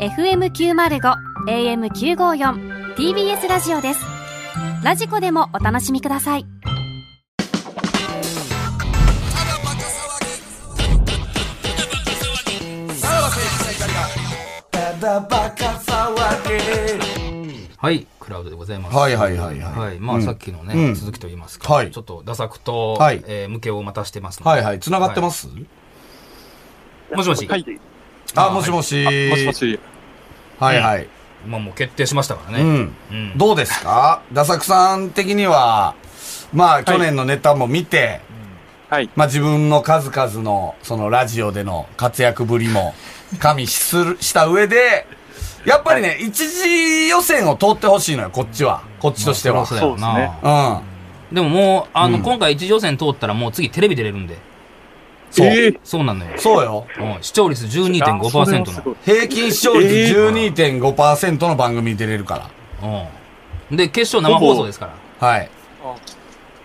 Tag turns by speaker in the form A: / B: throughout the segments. A: FM905 AM954 TBS ラジオですラジコでもお楽しみください
B: はい、クラウドでございます。
C: はいはいはいはい
B: まあ、
C: うん
B: さっきのね、
C: うん
B: 続きと言いますか、
C: はい
B: ちょっと打作と、
C: はい
B: えー向けを待たしてますので
C: はいはい。繋がってます、
B: はいもしもし、
D: はい。
C: あ、もしもし。
D: あもしも。し。
C: はいはい。
B: まあ、もう決定しましたから
C: う
B: ね。
C: ん。
B: うん
C: どうですかダサクさん的には、まあ去年のネタも見て、
D: はい。
C: まあ自分の数々の、そのラジオでの活躍ぶり も、加味する、した上で、やっぱりね、一次予選を通ってほしいのよ、こっちは。こっちとしては。
B: そりゃそうだよな
D: そうです
C: うん。
B: でももう、あの、
C: うん
B: 今回一次予選通ったらもう次テレビ出れるんで。
C: そう。
D: えー
B: そうなのよ。
C: そうよ。
B: うん、視聴率
D: あそれはす
B: 12.5%
D: ごい
C: 平均視聴率
D: え
C: 12.5%の番組に出れるから。
B: の。うん。で、決勝生放送ですから。
C: はい。
D: あ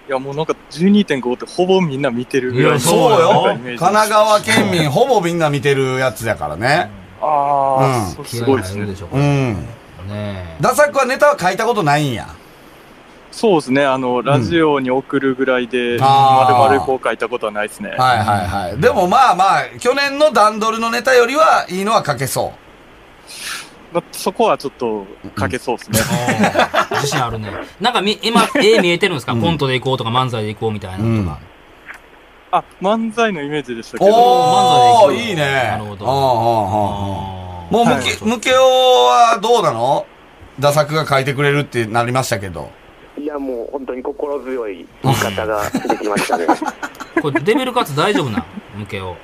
D: いや、もうなんか12.5ってほぼみんな見てるぐ
B: い
D: らい
B: や
D: の
C: そうよ。
D: なんかイメ
C: 神
D: ージ
C: 奈川県民、ほぼみんな見てるやつやからね。
D: ああ、
C: うん
D: そうすごいです
B: 気合が入る
D: ね
B: で。しょうか
C: う
B: ね
C: ん。
B: え。
C: ダサくはネタは書いたことないんや。
D: そうですね。あの、ラジオに送るぐらいで、
C: あー
D: 丸々こう書いたことはないですね。
C: はいはいはい。でもまあまあ、去年の段取りのネタよりはいいのは書けそう。
D: まあそこはちょっと書けそうで すね。
B: おー自信あるね。なんかみ、今、絵見えてるんですか、コントで行こうとか漫才で行こうみたいなのとか。
D: あ、漫才のイメージでしたけど、
C: お
B: 漫才
C: ー、
B: でいく
C: いいね。
B: なるほ
C: うん
B: ど
C: うんうんうん
B: あー
C: もう、
D: はい
C: むけ、むけおはどうなのダサくが書いてくれるってなりましたけど。
E: いや、もう本当に心強い言い方が出てきましたね。
B: これ、レベルカツ大丈夫な向けを。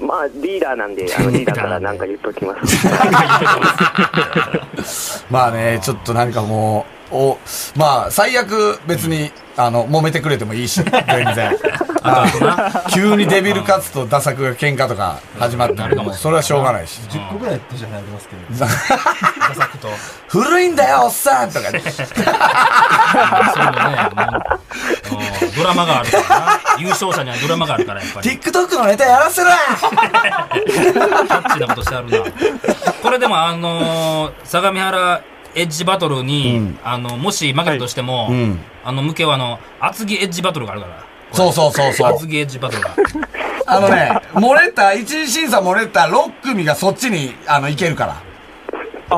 E: まあ、リーダーなんで、あのリーダーからなんか言っとき ます。
C: まあね、ちょっとなんかもう、お、まあ、最悪別に、あの、揉めてくれてもいいし、全然。
B: あとな。
C: 急にデビルカツとダサクが喧嘩とか始まった
B: なる
C: ら、
B: かもしれ
C: も
B: な
C: うそれは
B: い
C: しょうがないし。
F: 10個ぐらいやったじゃないですけど。
B: ダサくと。
C: 古いんだよ、おっさんとかね。
B: そうだね。もううんドラマがあるからな。優勝者にはドラマがあるから、やっぱり。
C: TikTok のネタやらせろや
B: キャッチーなことしてあるな。これでもあのー相模原エッジバトルに、
C: うん
B: あの、もし負けたとしても、
C: うん。
B: あの、向けはあの、厚木エッジバトルがあるから。
C: そうそうそうそう。
B: 厚木エッジバトルが。
C: あのね、漏れた、一次審査漏れた6組がそっちに、あの、行けるから。
D: え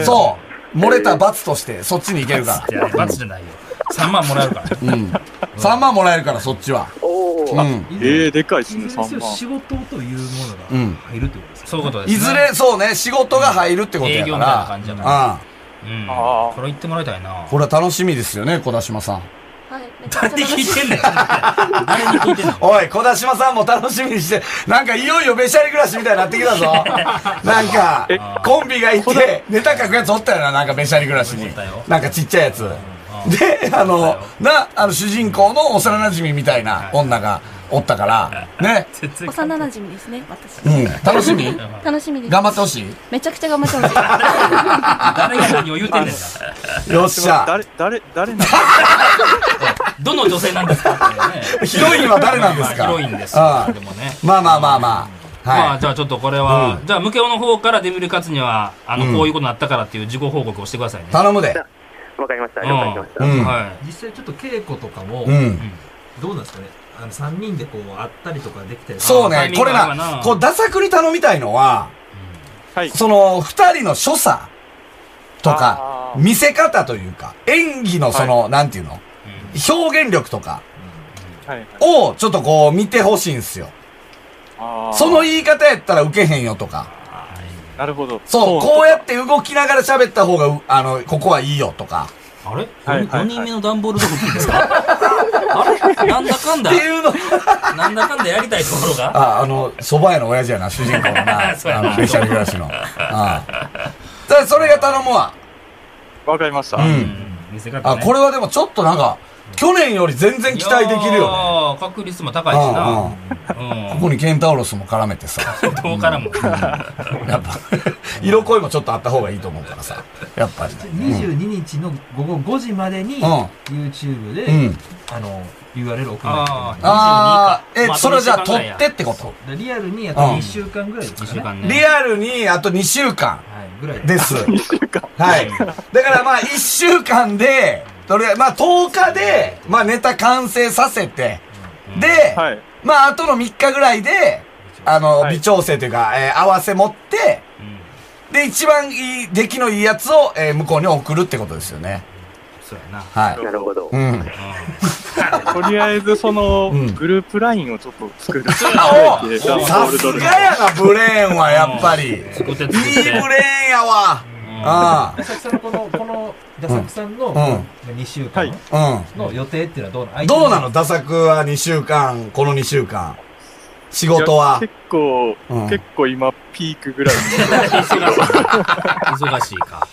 D: ー
C: そう。漏れた罰として、そっちに行けるか
B: いや、罰じゃないよ。3万もらえるから。
C: ら。うん。3万もらえるから、そっちは。
E: お
C: う
E: ー
C: ん。
D: えー、でかいですね、
F: いずれにせ
D: 3
F: よ
D: 万。
F: 仕事というもの
C: う
F: が
C: ん。
F: 入るってことですか
B: そういうことです、
C: いずれ、、そうね、仕事が入るってことや
B: 営業みたいな
C: か。
B: 感じだからうん。
D: あー
B: これ言ってもらいたい な
C: うん。。これは楽しみですよね、小田島さん。
G: はい、めっちゃ
B: 誰に
G: 楽
B: 聞い
G: しい。
B: てんねん。誰に聞いてんねん。
C: おい、小田島さんも楽しみにして、なんかいよいよべしゃり暮らしみたいになってき たぞ。なんか
D: え、
C: コンビがいて、ネタ書くやつおったよな、なんかべしゃり暮らしに
B: おったよ。
C: なんかちっちゃいやつ。で、あ
B: おっ
C: の
B: たよ、
C: な、あの、主人公の幼馴染みたいな女がおったから、ね。
B: 全然
G: 幼馴染ですね、私。
C: うん、楽しみ
G: 楽しみです。
C: 頑張ってほ し
G: めちゃくちゃ頑張ってほしい。
B: 誰が何を言うてんねんな。
C: いよっ
D: で
C: し
D: も
C: ゃ。
D: 誰、誰、誰なんだ
B: どの女性なんですかってね。
C: ヒロインは誰なんですか
B: まあヒロインです
C: ああ
B: でもね。
C: まあまあまあまあ。
B: まあ、
C: は
B: じゃあちょっとこれは、
C: う
B: じゃあ、ムケオの方からデミルカツには、あの、
C: うん
B: こういうことになったからっていう事後報告をしてくださいね
C: い。。頼むで。
E: わかりました。
B: うん
E: 了解しまし
C: う
E: た。
C: ん。
B: はい。
F: 実際ちょっと稽古とかも、
C: うん。
F: どうなんですかねあの、3人でこう、会ったりとかできたり
C: そう
B: タイ
C: ね
B: ミ、ン
C: こ
B: グ
C: れ
B: 合えば
C: な
B: な、
C: こう、ダサくに頼みたいのは、
D: はい。
C: その、二人の所作とか
D: あ、ー
C: 見せ方というか、演技のその、なんていうの表現力とか
D: はいはい。
C: を、ちょっとこう、見てほしいんすよ。
D: あー
C: その言い方やったら受けへんよとか。
D: なるほど。
C: そう、こうやって動きながら喋った方がう、あの、ここはいいよとか。
B: あれ
D: はいはいはい
B: ?4 人目の段ボールドッグですかあれなんだかんだ
C: って、いうの
B: なんだかんだやりたいところが。
C: あ、あの、蕎麦屋の親父やな、主人公のな。あ
B: そうやな
C: の、ベシャル暮らしの。ああ。だからそれが頼むわ。
D: わかりました。
C: う。
B: うんん。見せ方
C: あ、
B: ね。
C: これはでもちょっとなんか、去年より全然期待できるよね。
B: よ、ね。確率も高いしな。
C: うんうん
B: うん
C: ここにケンタウロスも絡めてさ、
B: どうからも。
C: やっぱ、色恋もちょっとあった方がいいと思うからさ、やっぱり。
F: 22日の午後5時までに、
C: ん
F: YouTube で、
C: うん。
F: あの URL 送る
B: あー
C: ああ、
B: 22
C: え、
B: か
C: それじゃあ
B: ま
C: 撮
B: とめて
C: ってってこ
F: そう
C: と
F: でリアルにあと
C: うん
F: 2週間ぐらいです
B: 2
F: か
B: 週
F: ね、
B: 間ね。
C: リアルにあと2週間
F: はいぐらい
C: です。はい。だからまあ1週間で、とりあえず、まあ10日で、まあネタ完成させて、
B: うん
C: で、
D: はい。
C: まああとの3日ぐらいで、あの、
D: はい
C: 微調整というか、えー合わせ持って、
B: うん
C: で、一番いい、出来のいいやつを、えー向こうに送るってことですよね。
B: そうやな。
C: はい。
E: なるほど
C: う。ん。
D: とりあえず、その
C: うん、
D: グループラインをちょっと作る。
C: あお
D: で
B: そう
C: さすがやな、ブレーンは、やっぱり。いい
B: うん作って
C: ブレ
B: 作って。
C: ーンやわ。あ
F: ダサキさんのこのこのダサクさんの、
C: ん
F: 2週
D: は
F: 間
D: い
C: あ。
F: の予定っていうのはどうな
C: う
F: の
C: ん。どうなのダサクは2週間、この2週間。仕事は。
D: 結構、
C: うん
D: 結構今、ピークぐらいに。
B: 忙しいか。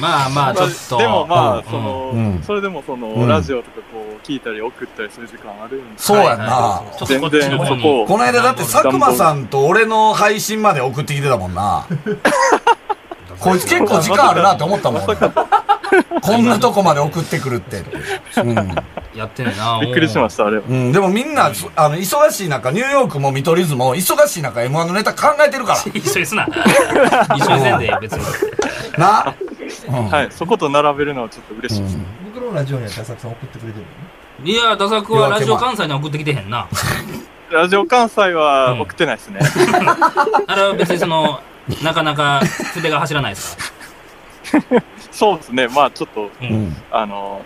B: まあま あ、ちょっと。
D: でもま
B: うん
D: あ、その、
C: うん
D: それでもその、
C: うん
D: ラジオとかこう、聞いたり送ったりする時間あるんで。
C: そうやん
B: は。
C: ない
B: はいちょっとこ
D: 全
B: っち
D: 然
B: の方
D: そ
B: に
D: こを。
C: この間だって佐久間さんと俺の配信まで送ってきてたもん な。こいつ結構時間あるなって思ったもん。俺こんなとこまで送ってくるって。う
B: やってねえな。
D: びっくりしました、あれ。
C: ん。うん。でもみんな、そあの、忙しい中、ニューヨークも見取り図も、忙しい中、M1 のネタ考えてるか
B: た。一緒に すな。一緒にせんでええ、別に。
C: ら。な。うん。
D: はい、そこと並べるのはちょっと嬉しいです。
C: うん
F: 僕のラジオにはダサクさん送ってくれてるのね
B: いや、ダサクはラジオ関西には送ってきてへんな。
D: ラジオ関西
B: う
D: は
B: ん
D: 送ってないですね。
B: あれは別にその、なかなか筆が走らないですか。
D: そうですね、まあちょっと、
B: う。
C: うんん。
D: あの、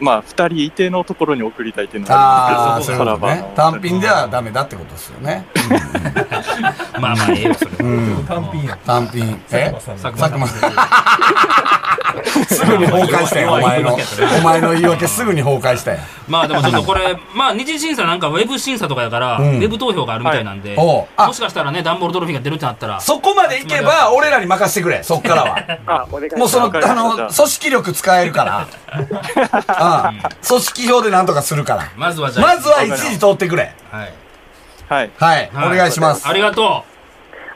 D: まあ二人いてのところに送りたいっていうの
C: ああ、
D: り
C: そう
D: ま
C: いう
D: すけど
C: こと
D: さらば
C: ね
D: の。
C: 単品ではダメだってことですよね。
B: まあまあ、ええよ、それは。
C: うん。
F: 単品やん
C: 単品。え
F: 佐久間さん
B: 佐
F: の
B: 久間さん。
C: すぐに崩壊したよ、お前の
B: 弱い言い訳やった。な
C: お前の言い訳すぐに崩壊したよ。
B: まあでもちょっとこれ、 まあ二次審査なんかウェブ審査とかやから、
C: うん
B: ウェブ投票があるみたいなんで、
C: はいおうあ
B: もしかしたらね、ダンボールドルフィンが出るってなったら、
C: そこまでいけば、俺らに任せてくれ、そっから は。
E: あ、お願いし
C: も
E: ま
C: う
E: す
C: その、
D: わかりま
C: あ
D: した
C: の、組織力使えるから。うん。組織票でなんとかするから。
B: まずはじゃあ、
C: まずは一時通ってくれ。
B: はい。
D: はい。
C: はい、お
B: はい
C: 願いします
B: あ。りがと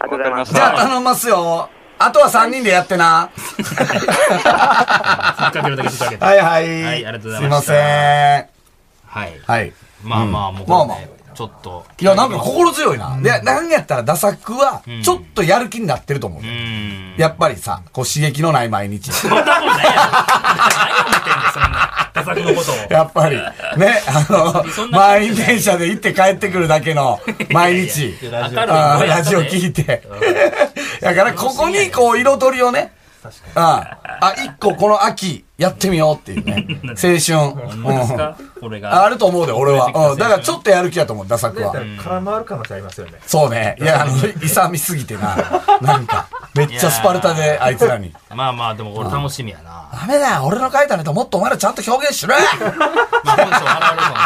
E: ありがとうございます。
C: じゃあ頼ますよ。あとは3人でやってな。
B: う。引っ掛けるだけ引っ 掛けて。
C: はいはい。
B: はいありがとうございました
C: すいません。
B: はい。
C: はい。
B: まあまあ、もう
C: まあ
B: こ
C: まあ
B: れね、ちょっと。
C: いや、なんか心強いな。で、なんやったら、ダサくは
B: うん、
C: ちょっとやる気になってると思う
B: う。ーん。
C: やっぱりさ、こう刺激のない毎 日。
B: そんなことないやろ。何を見てんねん、そんな。ダサくのことを。
C: やっぱり、ね、あ
B: そん
C: の、
B: なことない
C: 満員電車で行って帰ってくるだけ の毎日。
B: 明るい声
C: あー
B: や
C: ラ
B: った
C: ジ
B: で
C: オ聞いて。だから、ここに、こう、彩りをね。うんあ、一個この秋、やってみようっていう ね。青春。
B: ほ
C: うんん
B: まですかこれ
C: ああ
B: が。
C: ると思うで、俺は。うん。だから、ちょっとやる気やと思う、ダサくは。
F: 空回る可能性ありますよね
C: そうね。いや、あの、勇みすぎてな。なんか、めっちゃスパルタで、あいつらに。
B: まあまあ、でも俺楽しみ やな。
C: ダメだよ、俺の書いたネタもっとお前らちゃんと表現しろ よ
B: まあ、本性笑われる可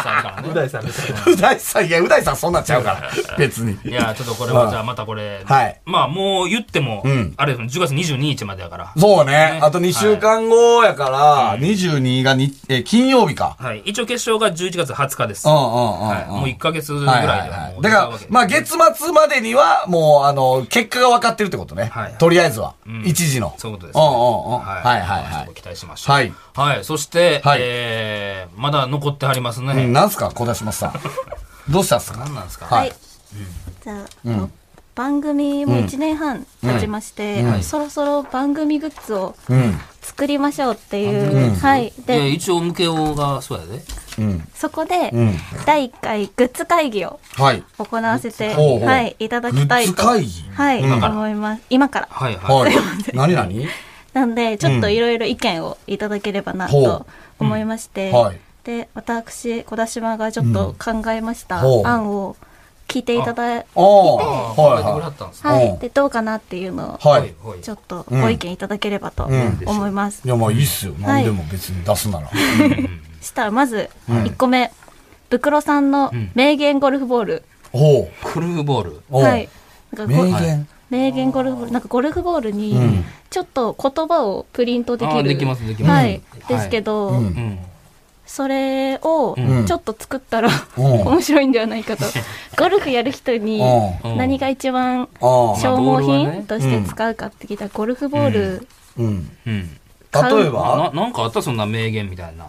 B: 能性あるからね
F: う。大さんみたいな
C: う大さん、いや、う大さんそんなんちゃう から。別に。
B: いや、ちょっとこれは、
C: うん
B: じゃあまたこれ、
C: はい
B: まあもう言っても、
C: うん
B: あれですね、10月22日までやから。
C: そうね
B: ね。
C: あと2週間後やから、22がに、えー、金曜日か。
B: はい。一応決勝が11月20日です。
C: うんうん
B: は
C: うん
B: い。も
C: うん。
B: う1ヶ月ぐら
C: はいい
B: で
C: はい
B: は
C: は
B: もう
C: い。だから、まあ月末までには、もう、あの、結果が分かってるってことね
B: はい。
C: とりあえずは
B: ん。
C: 一時の。
B: そういうことです
C: うん
B: ね
C: うんうん。はいはい
B: まあ
C: は
B: そこ期待しましょう。
C: はい。
B: はい。そして、
C: はい
B: えー、まだ残ってはります
C: い。うん、
B: ね。
C: なんすか小田島さん。どうしたっすか
B: 何なんですか
C: はい。
G: じゃあ、
C: うん
G: 番組も1年半経ちまして、
C: うんうん
G: そろそろ番組グッズを
C: うん。
G: 作りましょうっていう、はい
B: いや、
G: で
B: 一応、向けようが、そうやで。
C: うん。
G: そこで、
C: うん。
G: 第1回グッズ会議を
C: はい。
G: 行わせて、
C: グッズ会議
G: はい、いただきたい
C: グッズ
G: と、
C: 会議
G: はい、
C: うん
G: 思います今から
B: はいはい。
C: はい。何何
G: なんでちょっといろいろ意見をいただければな
C: ほう
G: と思いまして、
C: うんはい
G: で私小田島がちょっと考えました
C: ほう
G: 案を聞いていただいて、
C: ああ。はい
B: 書いてくれは
C: は
B: ったんですね。
G: は
C: ほ、
G: いうでどうかなっていうのを
C: い。はい。
B: はい。
G: ちょっとご意見いただければと
C: ん
G: 思います。
C: いや、まあいいっすよ。
G: は
C: 何
G: い
C: でも別に出すなら。
G: したらまず1個目、袋さんの名言ゴルフボール。
C: ほう。
B: クルーボール。
C: おう
G: はい。なんか
C: 名
G: ご
C: 言。
G: 名言ゴルフボール。なんかゴルフボールにちょっと言葉をプリントでき
B: あー
G: る。
B: できますできます
G: はい
B: うん。
G: ですけど、
C: うん
B: うん。
G: それを
B: うん
G: ちょっと作ったら、
C: うん
G: 面白いんではないかと。ゴルフやる人に
C: うん
G: 何が一番
C: ああ
G: 消
B: まあボー
G: 耗
B: ルはね
G: 品として使うかって聞いたらゴルフボール、
C: うん。
B: うん。
C: 例え
B: な
C: ば、
B: なんかあったそんな名言みたいな。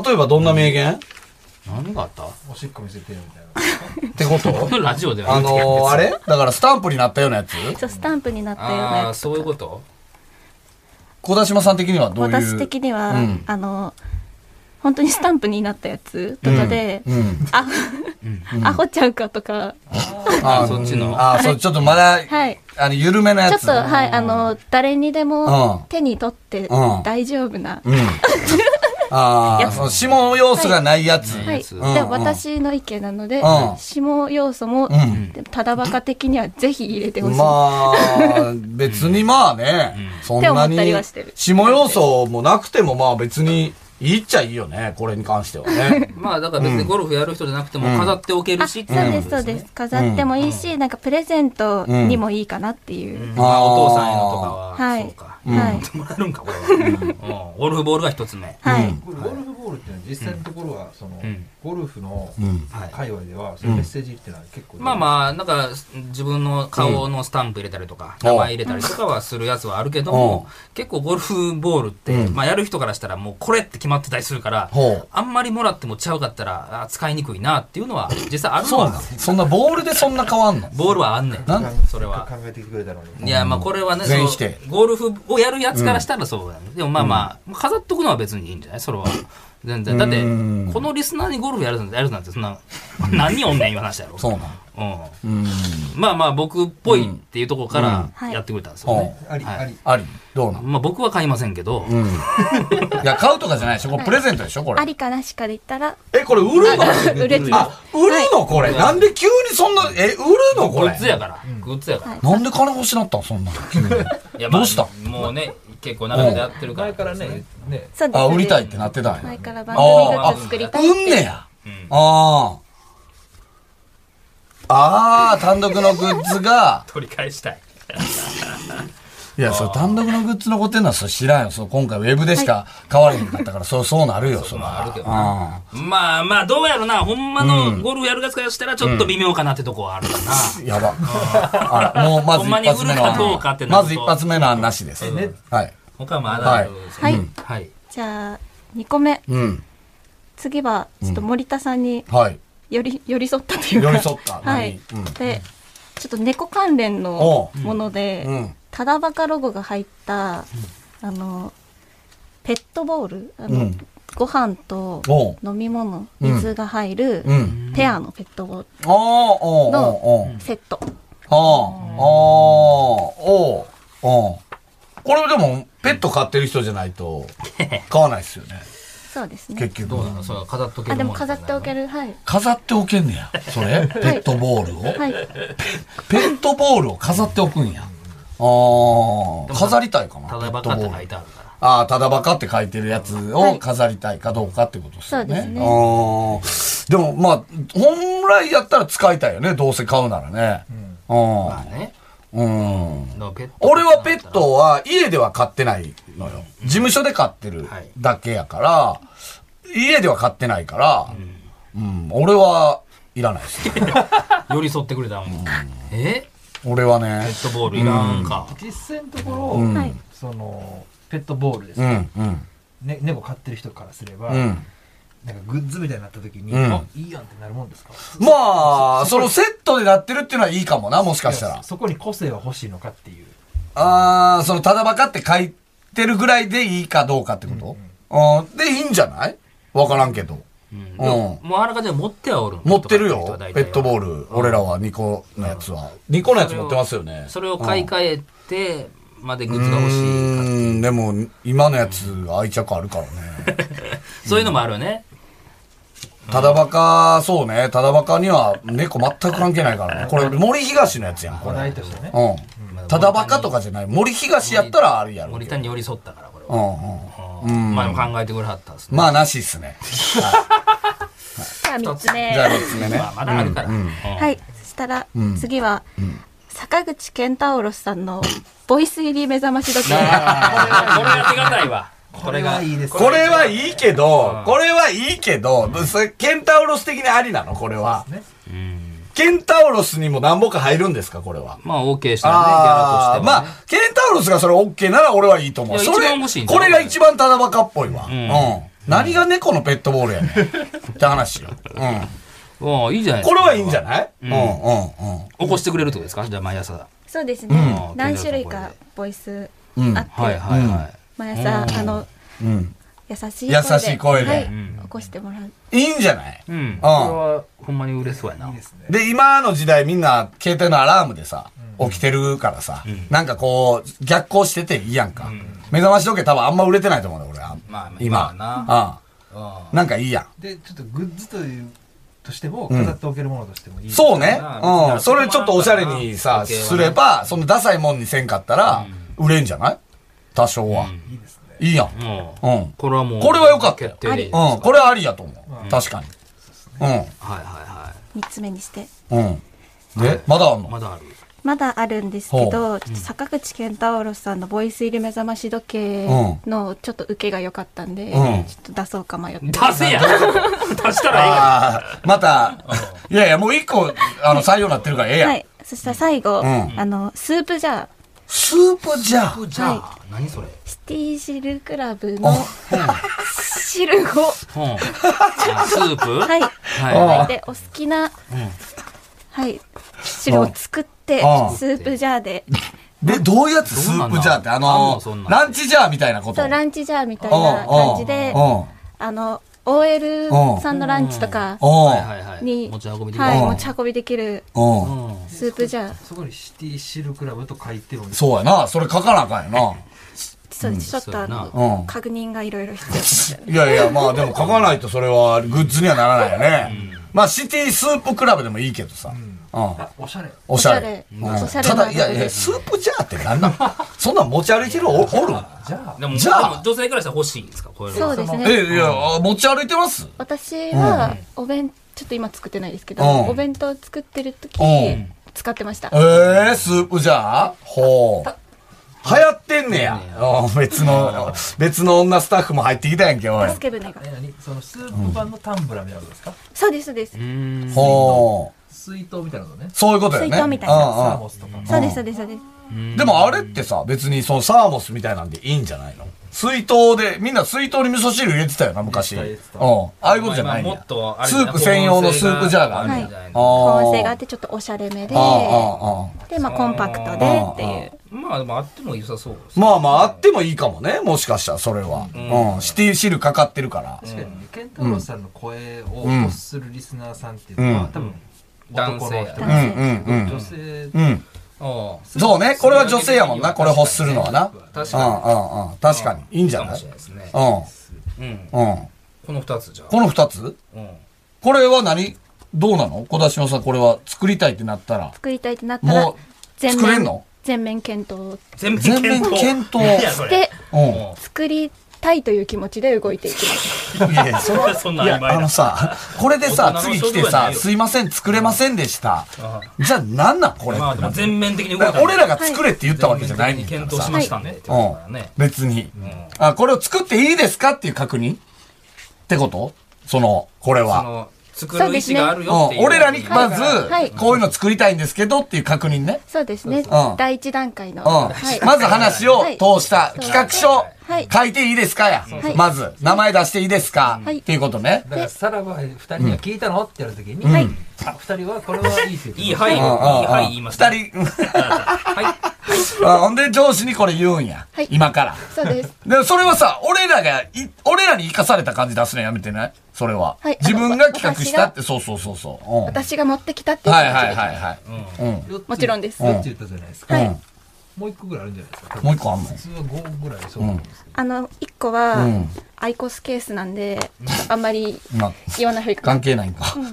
C: 例えばどんな名言っ
B: 何があった
F: おしっこ見せてよみたいな。
C: てこと
B: ラジオでは
C: あ
B: 言うてない
C: のー、あ
B: やつ
C: れだからスタンプになったようなやつ
G: そうスタンプになったような
B: あ
G: や
B: あ、
G: つ
B: そういうこと
C: 小田島さん的にはどういう
G: 私的には、
C: うん
G: あの本当にスタンプになったやつとかで、
C: うん。
G: あ、アホちゃうかとか、
B: あそっちの
C: ああ、そう、ちょっとまだ、
G: はい。
C: あの、緩めの
G: ちょ
C: や
G: っ
C: つ。
G: と、はい、あの、誰にで
C: うん
G: も手に取って
C: うん
G: 大丈夫な。
C: うん。 ああ、その指紋要素がないやつ。
G: はい。
B: う
G: で
B: ん。
C: うん
G: 私の意見なので
C: うん、
G: 指紋要素も
C: うん、
G: ただバカ的にはぜひ入れてほしい。
C: まあ、別にまあね、そん
G: って思
C: な
G: っ
C: に
G: たりはしてる、
C: 下要素もなくてもまあ別に、いいっちゃいいよね、これに関してはね
B: まあだから別にゴルフやる人じゃなくても
C: うん
B: 飾っておける
G: あ、
B: し
G: そ
B: っ
G: う
B: てい
G: で
B: こ
G: す、
B: と
G: そうです。飾ってもいいし、なんかプレゼントにもいいかなっていう。
B: まあお父さんへのとかは、
G: はい
B: そうか。
C: ん
G: はい。
B: ってもらえるんか、これは。うんゴルフボールが一つ目。
G: は
C: う
G: い
C: ん。
F: ゴルフボールっていうのは実際のところは、その
B: うん、
F: ゴルフの
C: うん
F: 界隈では、そのメッセージっていうのは結構。
B: まあまあ、なんか、自分の顔のスタンプ入れたりとか、
C: うん
B: 名前入れたりとかはするやつはあるけども、結構ゴルフボールって、
C: うん
B: まあやる人からしたらもうこれって決まってたりするから
C: ほう、
B: あんまりもらってもちゃうかったら、あ使いにくいなっていうのは、実際あるの
C: そうな
B: は
C: の、そんなボールでそんな変わんの
B: ボールはあんねん
C: なん。
B: それは
F: 考。えてくれたのに。
B: いや、まあこれはね、そ
C: 全
B: の
C: 否定
B: ゴルフをやるやつからしたらそうだね。でもまあまあ、飾っとくのは別にいいんじゃないそれは。全然。だって
C: うん、
B: このリスナーにゴルフやるなんて、やるなんて、そんな、 何人おんねんいう話やろ。
C: そうなの
B: うん。
C: うん。
B: まあまあ僕っぽいっていうところか
G: う
B: ら
G: ん
B: やってくれたんですよね。
F: あり、
B: はい
F: あり。
C: ありどうなの
B: まあ僕は買いませんけど、
C: うん。いや、買うとかじゃないでしょこれプレゼントでしょこれ
G: あ。りかなしかで言ったら、
C: え、これ売るの
G: 売れてる。
C: あ、売るのこれ。なんで急にそんな、え、売るのこ
B: グ
C: れ。
B: ッズやから、グッズやから。
C: なんで金欲しなったのそんなの 急に
B: いや
C: どうした
B: まあもうね、結構長くやってるから。
F: 前からね、ね、
G: そうです。
C: あ、売りたいってなってたん
G: 前
C: や。
G: から番組グッズ作りたいって
C: 売んねや。
B: うん
C: ああ。ああ、単独のグッズが、
B: 取り返したい。
C: いや、そう、単独のグッズのことなのそれ知らんよ。そう、今回ウェブでしか買われへんかったから、そう、そうなるよ、そ
B: まああるけど
C: ら。
B: まあまあ、どうやろな、ほんまのゴルフやるやつからしたらちょっと微妙かなってとこはあるかな。
C: うん。やば。あら、もう、まず
B: ほん
C: 一
B: まに
C: 発目の
B: 売るかどうかって
C: 案。
B: なる
C: ま
B: と
C: ず一発目の案なしです。はい。
B: 他もあだある
G: はい
B: うんはい。
G: じゃあ、2個目。
C: うん。
G: 次は、ちょっと森田さんに
C: はい。
G: 寄り寄り添ったというか
C: 寄り添った。
G: はい、
C: 何うん
G: でちょっと猫関連のもので、
C: うん
G: ただバカロゴが入った、あのペットボールあの、
C: うん
G: ご飯と
C: おう
G: 飲み物
C: うん
G: 水が入る、
C: うん。
G: ペアのペットボール
C: ああ、おうおうおう
G: セット、
C: ああ、おうおうこれでも、ペット飼ってる人じゃない と、飼わないですよね。
G: そうですね
C: 結局
B: どう。なのそれは飾っとけ
G: あ
B: る
G: で
B: も
G: も
B: ん
G: 飾っておけ
B: る。
G: るはい
C: 飾っておけんねや。それペットボールを、
G: はい
C: ペットボールを飾っておくんや。ああ、飾りたいかな。
B: ただバカって書いてあるから。
C: ああ、ただバカって書いてるやつを飾りたいかどうかってことですよね。
G: そうですね
C: あーでもまあ、本来やったら使いたいよね。どうせ買うならね。うん。
B: まあね。
C: うん。
B: だからペット
C: 俺はペットは家では飼ってないのよ。事務所で飼ってる
B: はい
C: だけやから、家では飼ってないから、うん、俺はいらない ですね。
B: 寄り添ってくれたもん。え
C: 俺はね
B: ペ、ットボールいらんか。
F: 実際のところ、
C: うん、
G: はい
F: その、ペットボールです
C: う
F: ね。
C: ん、うん、
F: ね猫飼ってる人からすれば、
C: うん。
F: なんかグッズみたいになった時に、
C: うん
F: あいいやんってなるもんですか
C: まあ、そのセットでなってるっていうのはいいかもな、もしかした
F: いや
C: ら。
F: そこに個性は欲しいのかっていう
C: ああ、その、ただバカって書いてるぐらいでいいかどうかってこと、あーで、いいんじゃないわからんけど。
B: うんでももうあらかじめ持ってはおる
C: 持ってるよ、ペットボ
B: ル
C: ール。俺らは2個のやつは。2個のやつ持ってますよね。
B: それを買い替えてまでグ
C: う
B: ッズが欲しいから
C: ーん、でも、今のやつ愛着あるから ね。
B: そういうのもあるよね
C: ただバカ、そうね、ただバカには猫全く関係ないからね。これ、森東のやつやん、こ
F: 話題
C: れ。
F: としてね
C: うん。ただバカとかじゃない。森東やったらあるやろう
B: 森
C: け
B: 田
C: ど。
B: に寄り添ったからこれ
C: う
B: は、
C: んうん。
B: うん、まあでも考えてくれはったんですね、
C: まあ、なしっすね。
G: じゃあ3つ目
C: じゃあ、3つ目ね。
B: まあ、まだあるから、うん
G: はいそしたら、次は、坂 口健太郎さんのボイス入り目覚まし時計
B: これは手堅いわこれが、
F: いいです
C: これ
F: い
C: はいいけど、これはいいけど、それケンタウロス的にありなのこれは。
B: うん
C: ケンタウロスにも何本か入るんですかこれは。
B: まあ、OK した
C: あ
B: ら
C: ー
B: ね、ギャラ
C: ま
B: としてはね。
C: あ、ケンタウロスがそれ OK なら俺はいいと思う。
B: いや
C: そ
B: 一
C: れ
B: 番欲しいん、だ
C: これが一番ただバカっぽいわ。うんん。何が猫のペットボールや ねん。って話よ。うん。
B: まあ、いいじゃないです
C: こ
B: か
C: れはいいんじゃない
B: うん
C: うんうんうん。
B: 起こしてくれるってことですかじゃあ、毎朝。
G: そうです
B: ね
G: ね、
B: うん
G: 何種類かボイス
C: うん
G: あって、
B: はいはいはい。
G: 毎朝、あの
C: うん。
G: 優しい
C: 優
G: 声で
C: しい声で
G: はい
B: うん
G: 起こしてもらう
C: いいんじゃない
B: うん。これは、ほんまに売れそうやな。
F: いですね。
C: で、今の時代みんな携帯のアラームでさ、起きてるからさ、なんかこう、逆行してていいやんか。目覚まし時計多分あんま売れてないと思うんだよ、俺
B: まあ
C: は。、今。
B: な。
F: あ
C: うん。なんかいいやん。
F: ーで、ちょっとグッズという、としても、飾っておけるものとしてもいいですね。
C: そうね
B: ま。あ
C: うん。それちょっとおしゃれにさ、
B: 時計はね
C: すれば、そのダサいもんにせんかったら、売れんじゃない多少は。
F: いいですね。
C: いいやん。
B: も
C: う。
B: うんこれはもう、
C: これは良かったよ
B: 決定でいいですか
C: うん。これはありやと思う。確かに。
B: はいはいは
G: 3つ目にして
C: うん。うん。で、まだあん
B: い。
C: の
B: まだある。
G: まだあるんですけど、ちょっと坂口健太郎さんのボイス入り目覚まし時計のちょっと受けが良かったんで、
C: うん
G: ちょっと出そうか迷って
B: 出せや出したらいいやん
C: ああ、また、いやいや、もう一個、あの、採用なってるからええや
G: は
C: ん。
G: い、そしたら最後、
C: ん
G: あのスープジャー
C: スープじゃ
B: じゃあ、何それ
G: シティシルクラブの汁を、
B: うん。あスープ
G: はい、
B: は
G: でお好きな、はい、汁を作って
C: ああ
G: スープジャーで
C: で、どういうやつス
B: どんな
C: ー
B: ん
C: プじゃって、あ
B: あんの
C: の
B: そんな、ん
C: ランチじゃみたいなこと。
G: そうラ
C: ンチ
G: ンチジャーみたいな感じであの OL さんのランチとか
B: い。
C: お
B: はい
C: ん
B: はいはい。
G: に、
B: 持ち運びできる。
G: はい、
C: うん
G: 持ち運びできる
C: うん。うん。
B: うん。
G: スープジャー
F: そこにシティシルクラブと書いてるんです。
C: そうやな。それ書かなあかんやな。
G: そうですちょっと
B: そ
G: あ
B: う
C: やなうん
G: の確認がいろいろ必要ですよね
C: いやいや、まあでも書かないとそれはグッズにはならないよね。まあシティスープクラブでもいいけどさ。うん。
F: あ、おしゃれ。
C: おしゃれ。
G: おしゃれ
C: うん
G: おしゃれ
C: た
G: な
C: だ、いやいや、スープジャーってなんなのそんなん持ち歩いてるおおる
F: じゃあ、
B: でも、
C: じゃあ
B: でも女性からしたら欲しいんですかこれは
G: そうですね
C: え、いや、持ち歩いてます
G: 私はお弁ちょっと今作ってないですけど、
C: うん
G: お弁当作ってる時、
C: うん
G: 使ってました、
C: えー、スープジャーほう。流行ってんねや。うん別の、別の女スタッフも入ってきたやんけ、おい。
G: 助け船が
F: え、何そのスープ版のタンブラーみたいなことですか
G: そうですそうです、
B: うーん。
C: ほう。
F: 水筒みたいなのね。
C: そういうことよね。
G: 水筒みたいな
C: うんうん
F: サーモスとか。
G: そうですそうですそうです
C: でもあれってさ、別にそのサーモスみたいなんでいいんじゃないの水筒で、みんな水筒に味噌汁入れてたよな、昔。う
F: 入
C: ん。あ
F: れてた
C: あいうことじゃないん
B: まあ
C: や
B: もっとあれ
C: ス
B: だな
C: ープ専用のスープジャーがあるん
G: はい
C: や。
B: はい
C: あ
G: 保温
C: ー
G: 性があってちょっとおしゃれめで
C: ああ、ああ、あ
G: で、まあ、コンパクトでっていう
B: まあ、でもあっても良さそうです
C: あ。まあまあ、あってもいいかもね、もしかしたら、それは。うん。シティ汁かかってるから。
F: 確かにね、ケンタロウさんの声を欲するリスナーさんっていうの
C: う
F: は、
C: ん
F: 多分、
B: 男性
F: 男の人
C: う、
G: うん
C: うん、
F: 女性
C: うん。うん。
B: あ
C: そうね、これは女性やもんな、これ欲するのはな。
B: 確
C: うん、
B: か
C: うん、うん。確かに。いいんじ
B: に。
C: ゃ
B: かも
C: ない
B: しれないですね。
C: う
B: うん。
C: ん、うん。
B: この二つじゃあ。
C: この二つ
B: うん。
C: これは何どうなの小田島さん、これは作りたいってなったら。
G: 作りたいってなった
C: も
G: ら
C: う、
G: 全
C: 作れん
G: 面
C: の
G: 全面検討
B: 全
C: 全面検討
B: いやそれ
G: で
C: うん。
G: 作りたいという気持ちで動いていきます
C: いやいや、その、
B: そんない曖
C: や
B: 昧、な
C: あのさ、これでさ、
B: 大人の
C: 次来て
B: 勝負はな
C: さ、
B: いよ
C: すいません、作れませんでした。
B: あ
C: じゃあ、なんなんこれ
B: まあでも全面的に動い
C: だか
B: た
C: ら俺らが作れって言ったわけじゃないんだ
B: 全
C: から
B: 面的に検討し
C: さ。
B: ましたねってことだからね。
C: 別に
B: ん。
C: あ、これを作っていいですかっていう確認ってことその、これ
B: そ
C: は。
B: の、作る意思がある
C: う
B: よって
C: ん、
B: いう。
C: 俺らにまず
G: はい、
C: こういうの作りたいんですけどっていう確認ね。
G: そうですね
C: うん
G: 第一段階の、はい
C: うん。まず話を
G: はい
C: 通した企画書
G: はい
C: 書いていいですかや
G: い。
C: まず、名前出していいですか
G: はい
C: っていうことね。
F: だからさらば二人には聞いたのってやるときに、
G: はい
F: あ、二人はこれはいいって言って
B: いい、はい、いい、
C: うんうんうん
B: はい、言います。
C: 二。人、うん
B: はい。
C: ほんで上司にこれ言うんや
G: はい。
C: 今から。
G: そうです
C: で、それはさ、俺らがい、俺らに生かされた感じ出すのやめてないそれは
G: はい。
C: 自分が企画したって、そうそうそうそう。うん
G: 私が持ってきたっていう気持
C: はい
G: ちで、
C: はいはいはい。うん。
G: もちろんです
F: す。4つ言ったじゃないですか。
G: はい
C: うん
F: もう一個ぐらいあるんじゃないですか。
C: もう一個あんの
F: 普通は五ぐらいそうなんですけ
G: あの一個は、
C: うん
G: アイコスケースなんであんまり
C: まあ、
G: 言わない方がいいかな
C: 関係ないんか。
B: ね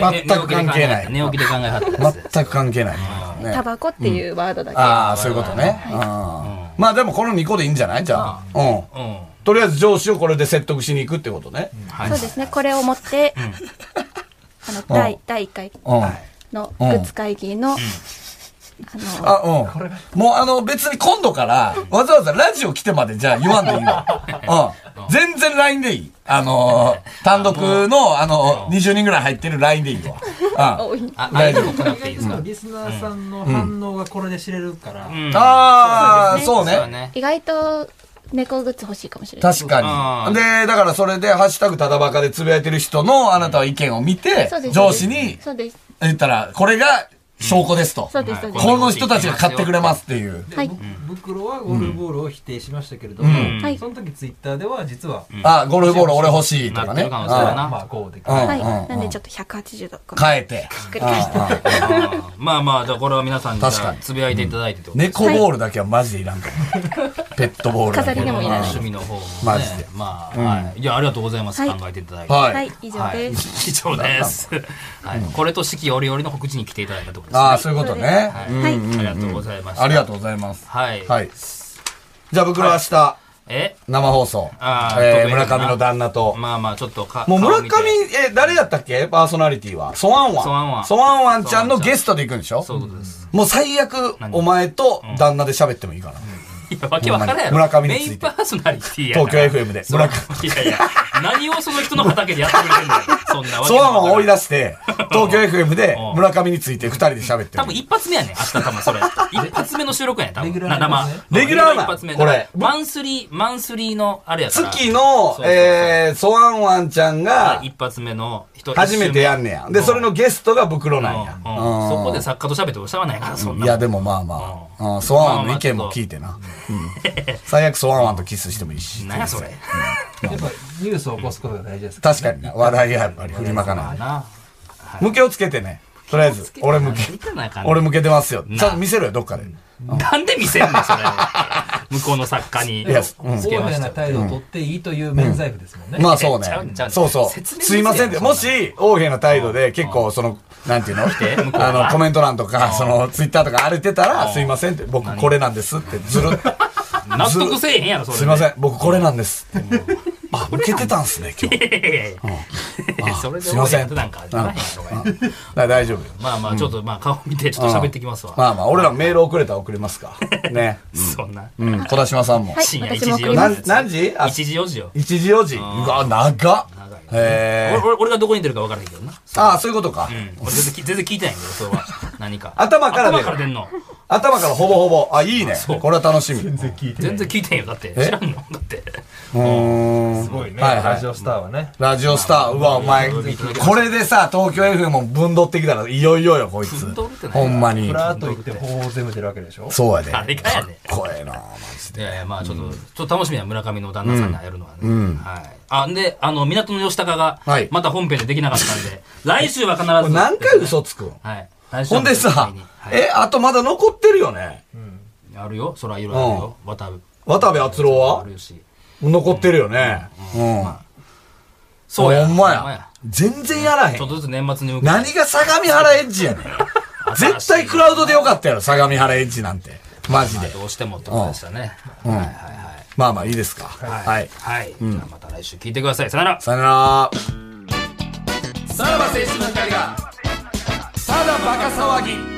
C: 全く関係ない
B: 寝起きで考えはったやつです。
C: 全く関係ない。ね
G: タバコっていうワードだけ、
C: ああ、そういうことね。うんまあでもこの2個でいいんじゃないじゃあ。うん。
B: うん。
C: とりあえず上司をこれで説得しに行くってことね。
B: はい。
G: そうですねこれを持って、あの第第1回
C: うん。
G: のグッズ会議のあの
C: あ、うん。もうあの別に今度から、わざわざラジオ来てまでじゃあ言わんでいい わ。うん。全然 LINE でいい。あのー単独の、あのー20人ぐらい入ってる LIne でいいわ。うん。
B: あ、あ
C: 大
B: え
C: 丈
B: て
C: 夫
B: も来なくていいですか
F: リスナーさんの反応がこれで知れるから、
B: うん
C: ああ、そう
B: そうだ
C: ね。
B: ね。
G: 意外と猫グッズ欲しいかもしれない。
C: 確か
B: あ
C: に。
B: ー
C: で、だからそれで、ハッシュタグただバカでつぶやいてる人のあなたは意見を見て
G: そうで、す
C: 上司に
G: そうです。
C: 言ったら、これが証拠ですと。
G: そうです。そうです。
C: この人たちが買ってくれますっていう。
F: で
G: はい
F: ぶ袋はゴルフボールを否定しましたけれど
C: う
F: も、
C: ん
G: はい
F: その時ツイッターでは実は、
C: あ、ゴルフボール俺欲しいとか
B: なって
C: ね。
B: る可能性あ
C: う
B: るな
F: まあこうで
C: ん
G: はい。
C: うん
G: なんでちょっと180度。こ
C: ん
G: の
C: 変えて。
G: ひっくり返し
C: う
G: て。
C: んうん
B: あーまあまあ、じゃあこれは皆さんにじゃあ
C: 確かに
B: つぶやいていただいてってこと
C: 猫ボールだけはマジでいらんから。ペットボールだけ。
G: 飾りでもいらない
B: 趣味の方もね
C: マジで
B: まあ、はい。いや、ありがとうございます。
G: はい
B: 考えていただいて。
C: は。
G: はいい、以上で す。
B: 以 上です。はい。これと四季折々の告知に来ていただいたところですね。
C: あ
B: は
C: あ、そういうことね。
B: い。
C: うんうんうん
B: ありがとうございました。
C: ありがとうございます。
B: はい。
C: はい。じゃあ僕ら明日、
B: え
C: 生放送。
B: あー
C: えー
B: 特別な
C: 村上の旦那と。
B: まあまあ、ちょっとか、
C: もう村上
B: 顔見て、
C: え、誰やったっけパーソナリティは。ソワンワン。
B: ソワンワン
C: ソワンワンちゃんのゲストで行くんでしょ
B: そういうことです。
C: もう最悪、
B: 何
C: お前と旦那で喋ってもいいかな。
B: いや、わけわからんやろ。
C: 村上につ
B: メ
C: いて
B: インパーソナリティやから。
C: 東京 FM で。
B: そう
C: 村上。
B: いやいや、何をその人の畑でやってくれてんだよ。そんなわけ
C: ソ
B: の
C: ワ
B: わ
C: ン
B: から
C: ワ
B: ん
C: ン追い出して、東京 FM で
B: うん
C: 村上について二人で喋って
B: 多
C: も
B: 分
C: いい。
B: 一発目やね、明日多分それ。一発目の収録やね、多分。
F: レギュラーの
B: な生
F: 一発
C: 目レギュラーな
B: 一発目。
C: これ
B: マンスリー、マンスリーの、あれやから。
C: 月の
B: そ、うそうそう
C: えー、ソワンワンちゃんが、
B: 一発目の人
C: 初めてやんねや。で、それのゲストが袋なんや。
B: うん
C: う
B: うん
C: ん
B: そこで作家と喋っておしゃらないから、そんな。
C: いや、でもまあまあ、うんソワンワンの意見も聞いてな。うん最悪ソワンワンとキスしてもいいし。
B: なんやそれ。
F: やっぱニュースを起こすことが大事です。
C: 確かにな。笑いはやっぱり振りまか
B: ま
C: な
B: あ
C: い。
B: な。
C: 向けをつけてね。とりあえず、俺向け。
B: 見てないかな
C: 俺向けてますよ。
B: な
C: ちゃんと見せろよ、どっかで。
B: なんで見せんのそれを。向こうの作家に。
C: いやうん
B: つけ
F: 公
B: まし
F: 平
B: た
F: な
B: よ
F: 態度を取っていいという免罪符ですもんね。
C: まあそうね
B: ちゃうねんちゃう。ねん
C: そうそう。
B: 説明
C: すいませんって。
B: せえよ
C: もし、大平な態度で結構その、なんていうの
B: 向こう
C: あ
B: が
C: の、コメント欄とか、その、ツイッターとか荒れてた
B: う
C: ら、
B: ん
C: すいませんって、僕これなんですって、ずるっと。
B: 納得せえへんやろ、それ。
C: すいませ
B: ん。
C: ん、僕これなんです。あ、受けてたんすね、今日。
B: それです
C: いません
B: やってたんか。ならへんやろが
C: だから大丈夫よ。
B: まあまあ、ちょっと、まあ、顔見て、ちょっと喋ってきますわ。
C: まあまあ、俺らメール送れたら送ります か。ね。
B: そんな。
C: うん、小田島さんも
G: は。い
B: 深夜1
G: 私
B: 時
G: も送り
B: 4
G: ま
C: 何
B: 時。
C: 何時あ
B: ?1 時4時よ。
C: 1時4時。うわ、長っ。
B: 長いな
C: へ
B: 俺
C: ー
B: 俺俺がどこに出るか分からへんけどな。
C: ああ、そういうことか
B: う。ん。俺全然き全然聞いてないんだよ、それは。何か。
C: 頭から出る
B: 頭から出んの。
C: 頭からほぼほぼ。あ、いいね
B: そ。う
C: これは楽しみ。う
B: 全然聞いてんよ、だって。
C: え
B: 知らんのだって。
C: ーん。
F: すごいね。
C: はいはい
F: ラジオスターはね。
C: ラジオスター、うわ、お前、
B: 全然聞いてない
C: これでさ、東京 FM もぶんどってきたら、いよいよよ、こいつ
B: ぶんどるって。ない
C: ほんまに
F: ふ。らっと言って頬を全部出るわけでしょ。
C: そうやで。か
B: あれかやね
C: っこええな、マジ
B: い
C: で。
B: やいや、まあちょっと、ちょっと楽しみや、村上の旦那さんがやるのはね。はい。あ、で、あの、港の吉高が
C: はい、
B: また本編でできなかったんで、来週は必
C: こ
B: ず。
C: れ何回嘘つくん
B: はい。来週
C: ほ
B: は
C: んでさ
B: は、い
C: え、あとまだ残ってるよね。
B: あるよ、そらいろいろあるよ。渡部。
C: 渡部篤郎は
B: あるし。
C: 残ってるよね。うん。
B: そうや。
C: ほんまや。全然やらへ
B: ちょっ
C: ん。
B: とずつ年末に向けて。
C: 何が相模原エッジやねん。絶対クラウドでよかったやろ、相模原エッジなんて。マジ
B: まあ
C: で。
B: どうしてもってことでしたね。
C: うん
B: はいはいはい。
C: まあまあいいですか。はい。
B: はい。じゃあまた来週聞いてください。さよなら。
C: さよなら。
B: さらば青春の光が。
C: ただバカ騒ぎ。